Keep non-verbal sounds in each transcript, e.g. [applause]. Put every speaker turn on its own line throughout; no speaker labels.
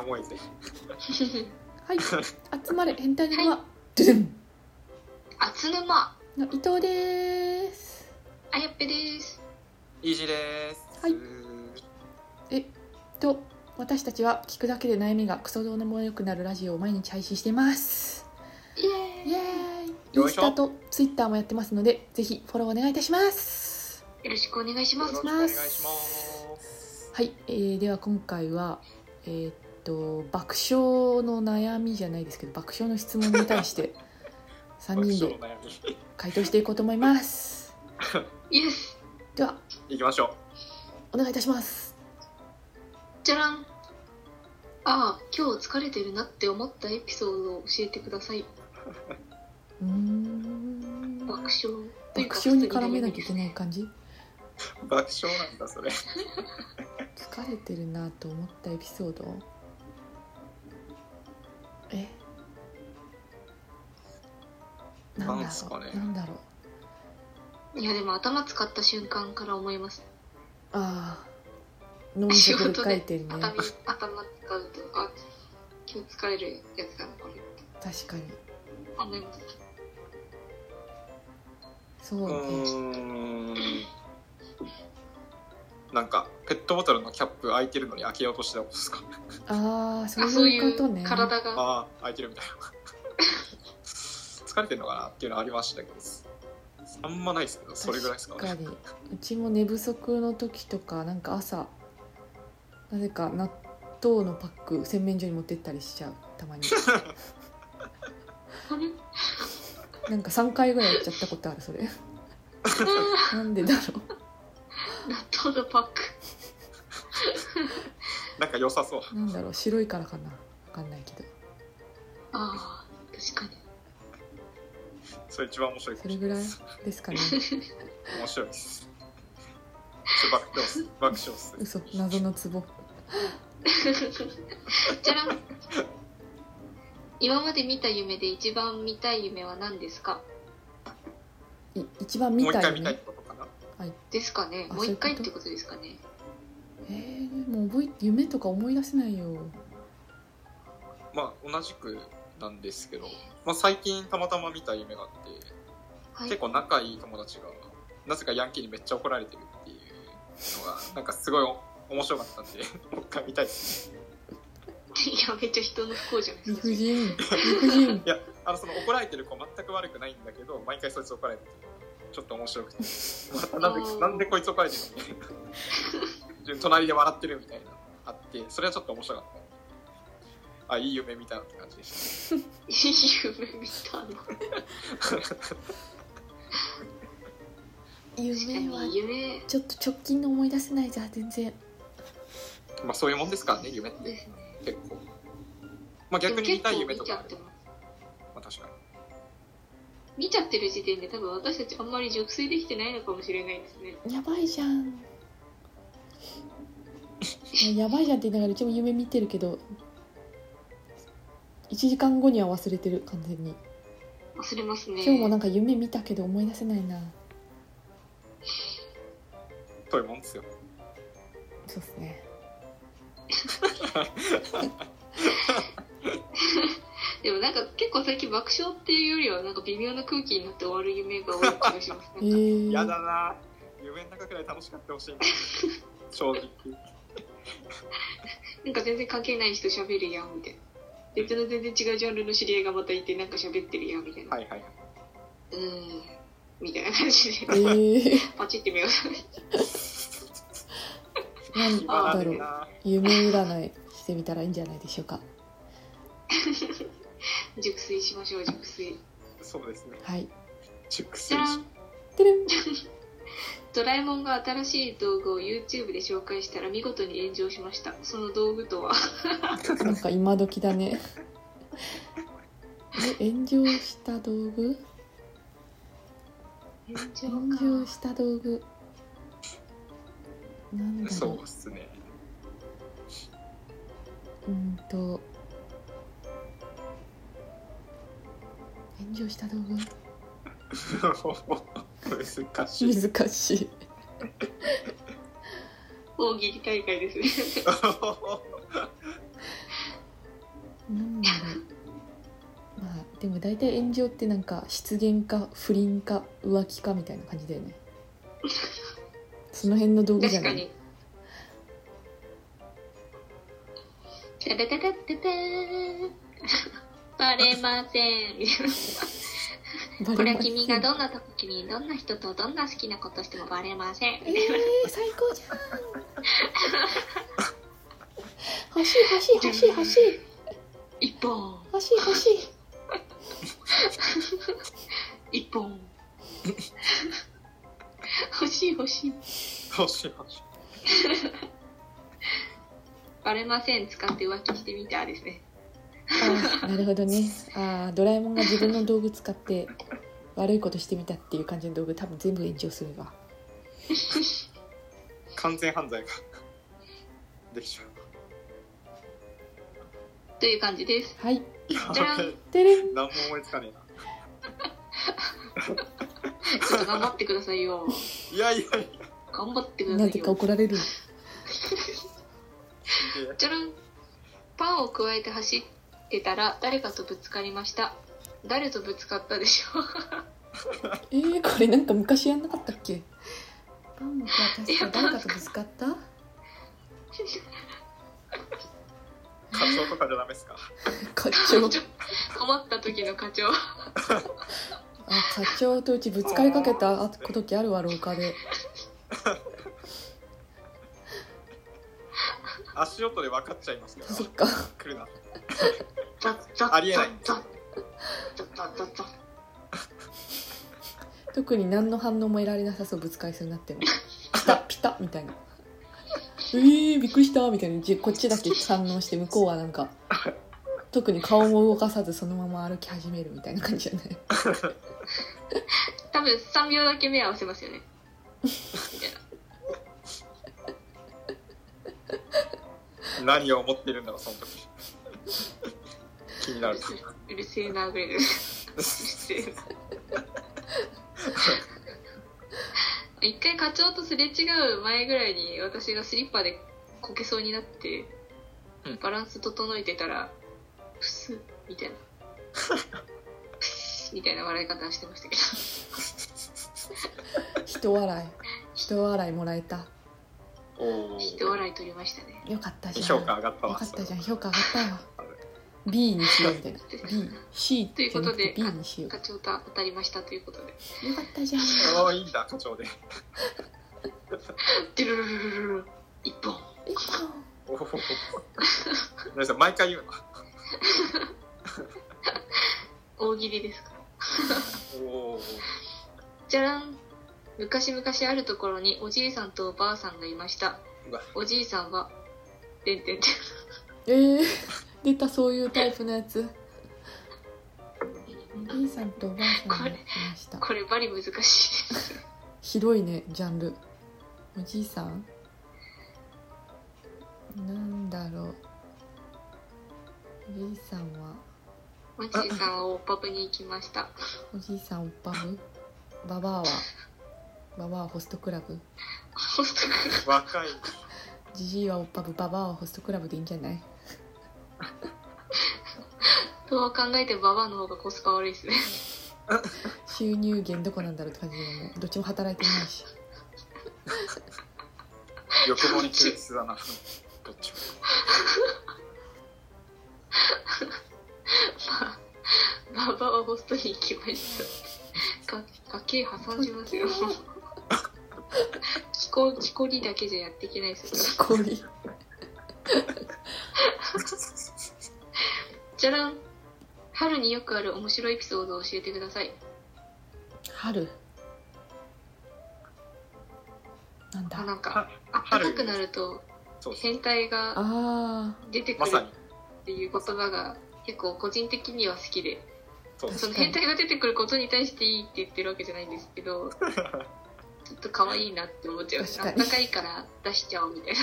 思えて
はい集まれ変態の沼、ドゥドゥン
[laughs] あつぬま
の伊藤です
あやっぺです
イージーです
はいと私たちは聞くだけで悩みがクソどうでもよくなるラジオを毎日配信しています
イエー
イ
イ
エ
よ
ーイイ
よ
ン
い
ス
しょ
タとツイッターもやってますのでぜひフォローお願いいたします
ろしくお願いし
よ
ま
ろし
す
くお願いします
はい、えー、では今回はえーっと爆笑の悩みじゃないですけど爆笑の質問に対して3人で
爆笑の悩
回答していこうと思います
イエス
では
み行きましょ
お願いいたします
じゃらんああ今日疲れてるなって思ったエピソードを教えてくださいう
ーん
爆笑というか
爆笑に絡めなきゃいけない感じ
う爆笑なんだそれ
疲れてるなと思ったエピソードえなんだ
なんす
ろ
か
う
ね
なんだろう
いやでも頭使った瞬間から思います
ああノンジャブル回転ね
頭頭使うとあ今日疲れるやつだなこれ
確かに
思います
そう
う
ね
ーんなんかペットボトルのキャップ開いてるのに開けようとしてたことですか
ああそ
あそう
う
い
いうこと
う
ね
体が
ああ開いてるみたいな疲れてるのかなっていうのはありましたけどあんまないですけどそれぐらいですかね
確かにうちも寝不足の時とかなんか朝なぜか納豆のパック洗面所に持ってったりしちゃうたまに
あれ
なんか3回ぐらいやっちゃったことあるそれなんでだろ
納豆のパック
なんか良さそう
うなんだろう白いからかな分かんないけど
ああ確かに
それ一番面白いかも
それ
し
ぐ
な
ら
い
い
です
ですかね
面白いですちょっと爆笑っす爆笑っす
嘘謎のツボ
じゃらん今まで見た夢で一番見たい夢は何ですか
い一番見
もう一
た
回
い
見たいっ
ね
てことかな
ですかね
あ
もう一回っ
そうい
て
う
ことですかね
えー、もう覚え夢とか思い出せないよ
まあ同じくなんですけど、まあ、最近たまたま見た夢があって、
はい
結構仲いい友達がなぜかヤンキーにめっちゃ怒られてるっていうの
[laughs]
がなんかすごい面白かったんで [laughs] もう一回見たいです
いやめっちゃ人の不幸じゃないです
理
か
不尽理不尽
いやあのその怒られてる子全く悪くないんだけど毎回そいつ怒られてるちょっと面白くてまたなん
お
で
ー
なんでこいつ怒られてるのみたいな [laughs] 隣で笑ってるみたいなあってそれはちょっと面白かったあいい夢見たなって感じでし
いい夢見たの確か
夢は
に夢
ちょっと直近の思い出せないじゃん全然
[laughs] たまあそういうもんですからね夢って
ですね
結構まあ
でも
逆に見たい夢と
結構
かあ
見
る
ちゃってます
まあ確かに
見ちゃってる時点で多分私たちあんまり熟睡できてないのかもしれないですね
やばいじゃんいややばいじゃんって言いながらうちも夢見てるけど1時間後には忘れてる完全に
忘れますね
今日もなんか夢見たけど思い出せないな
そういうもんですよ
そうですね
でもなんか結構最近爆笑っていうよりはなんか微妙な空気になって終わる夢が多い気がします
[laughs]
え
ね
ー、
やだな夢の中くらい楽しかったほし
[laughs]
いんだけど正直
なんか全然関係ない人喋るやんみたいな別の全然違うジャンルの知り合いがまたいてなんか喋ってるやんみたいな、
はいはいはいう
ーんみたいな感じ
[laughs]
で
えー、
パチって目を覚めて
なん
暇
だ
だ
ろう
な
夢占いしてみたらいいんじゃないでしょうか
熟睡しましょう熟睡
そうですね
はい
熟
じ
睡
ゃら
し
ん
[laughs]
てるん
ドラえもんが新しい道具を YouTube で紹介したら見事に炎上しましたその道具とは
なんか今時だねえ炎上した道具炎
炎
上した道具なんだろ
そううですね [laughs]
うーんと炎上した道具
難しい。
難しい
大喜利大会ですね
は
でも大体炎上ってなんか失言か不倫か浮気かみたいな感じだよ [laughs] ねその辺の道具じゃ
確
な
か
い
に。ててててててーんバレません。みたいな
バ
これ
レ
は
ます
君がどんな時にどんな人とどんな好きなことしてもバレません。
えー、最高じゃん欲しい欲しい欲しい欲しい
一本、
欲しい欲しい
一本。欲しい欲しい。
[laughs] どうしよう。
バレません使って浮気してみたですね。
あーなるほどねあードラえもんが自分の道具使って悪いことしてみたっていう感じの道具多分全部炎上するわ
完全犯罪ができちゃう。
という感じです。
はい
いや
じゃん
べえ
てれん
何も思いつかねえな。
ちょっと頑張ってくださいよ。
いやいやいや
頑張ってくださ
ない
よ。
ぜか怒られる
いや。
じゃらんパンをくわえて走ってたら誰かとぶつかりました誰とぶつかったでしょう
えー、これなんか昔やんなかったっけパンを渡した誰かとぶつかった
課長とかじゃダメですか。
課
ちょ
長
っと困った時の課長
あ課長とうちぶつかりかけた時あるわ廊下で
足音で分かっちゃいますね。
そっか
来るな。
ザッザ
ありえない
ザッザッザッザッザッ
特に何の反応も得られなさそうぶつかりそうになっても [laughs] ピタッピタッみたいなえー、びっくりしたみたいなじこっちだけ反応して向こうはなんか特に顔も動かさずそのまま歩き始めるみたいな感じじゃない
多分3秒だけ目合わせますよねみたいな
[laughs] 何を思ってるんだろう、その時。 [laughs] 気になる。
うるせえなぐらいですうるせえな一回課長とすれ違う前ぐらいに私がスリッパでこけそうになって
うん
バランス整えてたらプスッみたいなプスッみたいな笑い方してましたけど
人笑い人笑いもらえた
おお。
人笑い取りましたね
よかったじゃん
評価上がった
よ
わ。
かったじゃん評価上がったよ B にしようみたいな BC
ということで
B にしよ
課長と当たりましたということで
うよかったじゃん
ああ、いいんだ、課長で。
ドゥルルルルルル一本
えっと
おお。皆さん、毎回言うな。
大喜利ですから
おお。
じゃらん昔々あるところにおじいさんとおばあさんがいました
うわ
おじいさんはてんてんてん [laughs]
えー、出たそういうタイプのやつ B さんとおばあさんが来ました
これバリ難し
[laughs]
いです
広いねジャンルおじいさんなんだろうおじいさんは
おじいさんはおっぱぶに行きました
おじいさんおっぱぶババアはババアはホストクラブ
ホスト君
若い。
ジジイはおっぱぶババアはホストクラブでいいんじゃない
どう考えてもババアの方がコスパ悪いですね [laughs]
収入源どこなんだろうって感じでもうどっちも働いてないし
欲望に忠実だな。どっちも。
ババアはホストに行きましたが家計挟んじま
[laughs]
すよ木こ木こりだけじゃやっていけないですよ
こり
じゃらん春によくある面白いエピソードを教えてください
春なんだ
あ
あ
なんか暖
春
かくなると
そうです。
変態が
あ
出てく
ま
る
さに。
っていう言葉が結構個人的には好きで
そうです。
その変態が出てくることに対していいって言ってるわけじゃないんですけ
[laughs]
どちょっと可愛いなって思っちゃいました
確かに
暖かいから出しちゃおうみたいな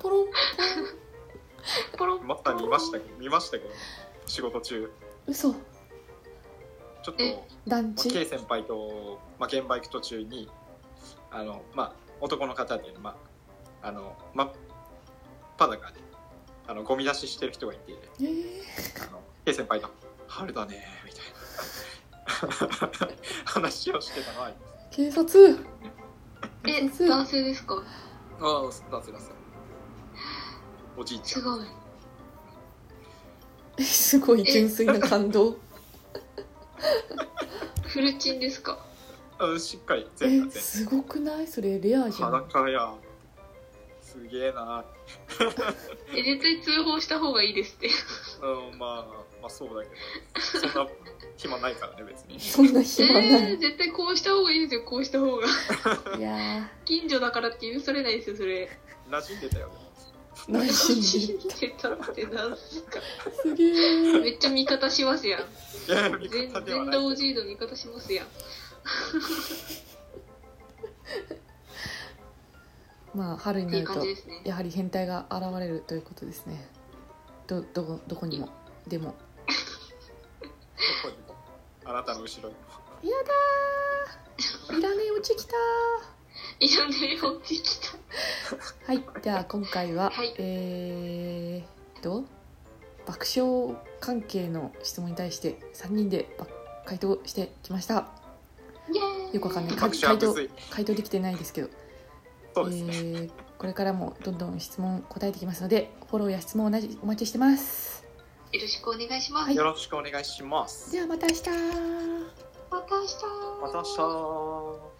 ポロン
ポロ
[laughs]
ン
まさにいましたけど、見ましたけど、仕事中。
嘘
ちょっ
え
と。
団
まあ、K
地
先輩と、まあ、現場行く途中にあの、まあ、男の方で、まあ、あの真っ裸であのゴミ出ししてる人がいて
えー
あの K 先輩が春だねみたいな [laughs] 話をしてたな今
警察
え、男性ですか
ああ夏菜さんおじいちゃ
す
ん
ごい。
えすごい純粋な感動
フルチンですか
うんしっかり全
え
裸全
すごくないそれレアじゃん
裸やすげえな
え、絶対通報した方がいいですって。
うんまあまあそうだけどそんな暇ないからね別に
そんな暇な
え
い
ー、絶対こうした方がいいですよ、こうした方が。
いや
近所だからって許されないですよ、そ
[laughs]
れ。
馴染んでたよね
ー
[laughs]
内 [laughs] 心
出たってなんすか。
すげえ
[laughs] めっちゃ味方しますやん。
いや味
全
方
全
ではない
裸おじいの味方しますやん。
まあ春に
って
ない
う
る
感
と
じですね。
やはり変態が現れるということですねどどこどこにもでも
どこにもあなたの後 [laughs] ろにも
やだーいらねえ落ちきた
いやね、落ちてきた。
ーはいじゃあ今回は、
はい
えーっと爆笑関係の質問に対して3人でば回答してきました
イェーイ
よくわかんない
拍手は
回答
むずい
回答できてないですけど
そうですね、
えーこれからもどんどん質問答えていきますのでフォローや質問おなじお待ちしてます
よろしくお願いします。
はい
よろしくお願いします
ではまた明日
また明日。
また明日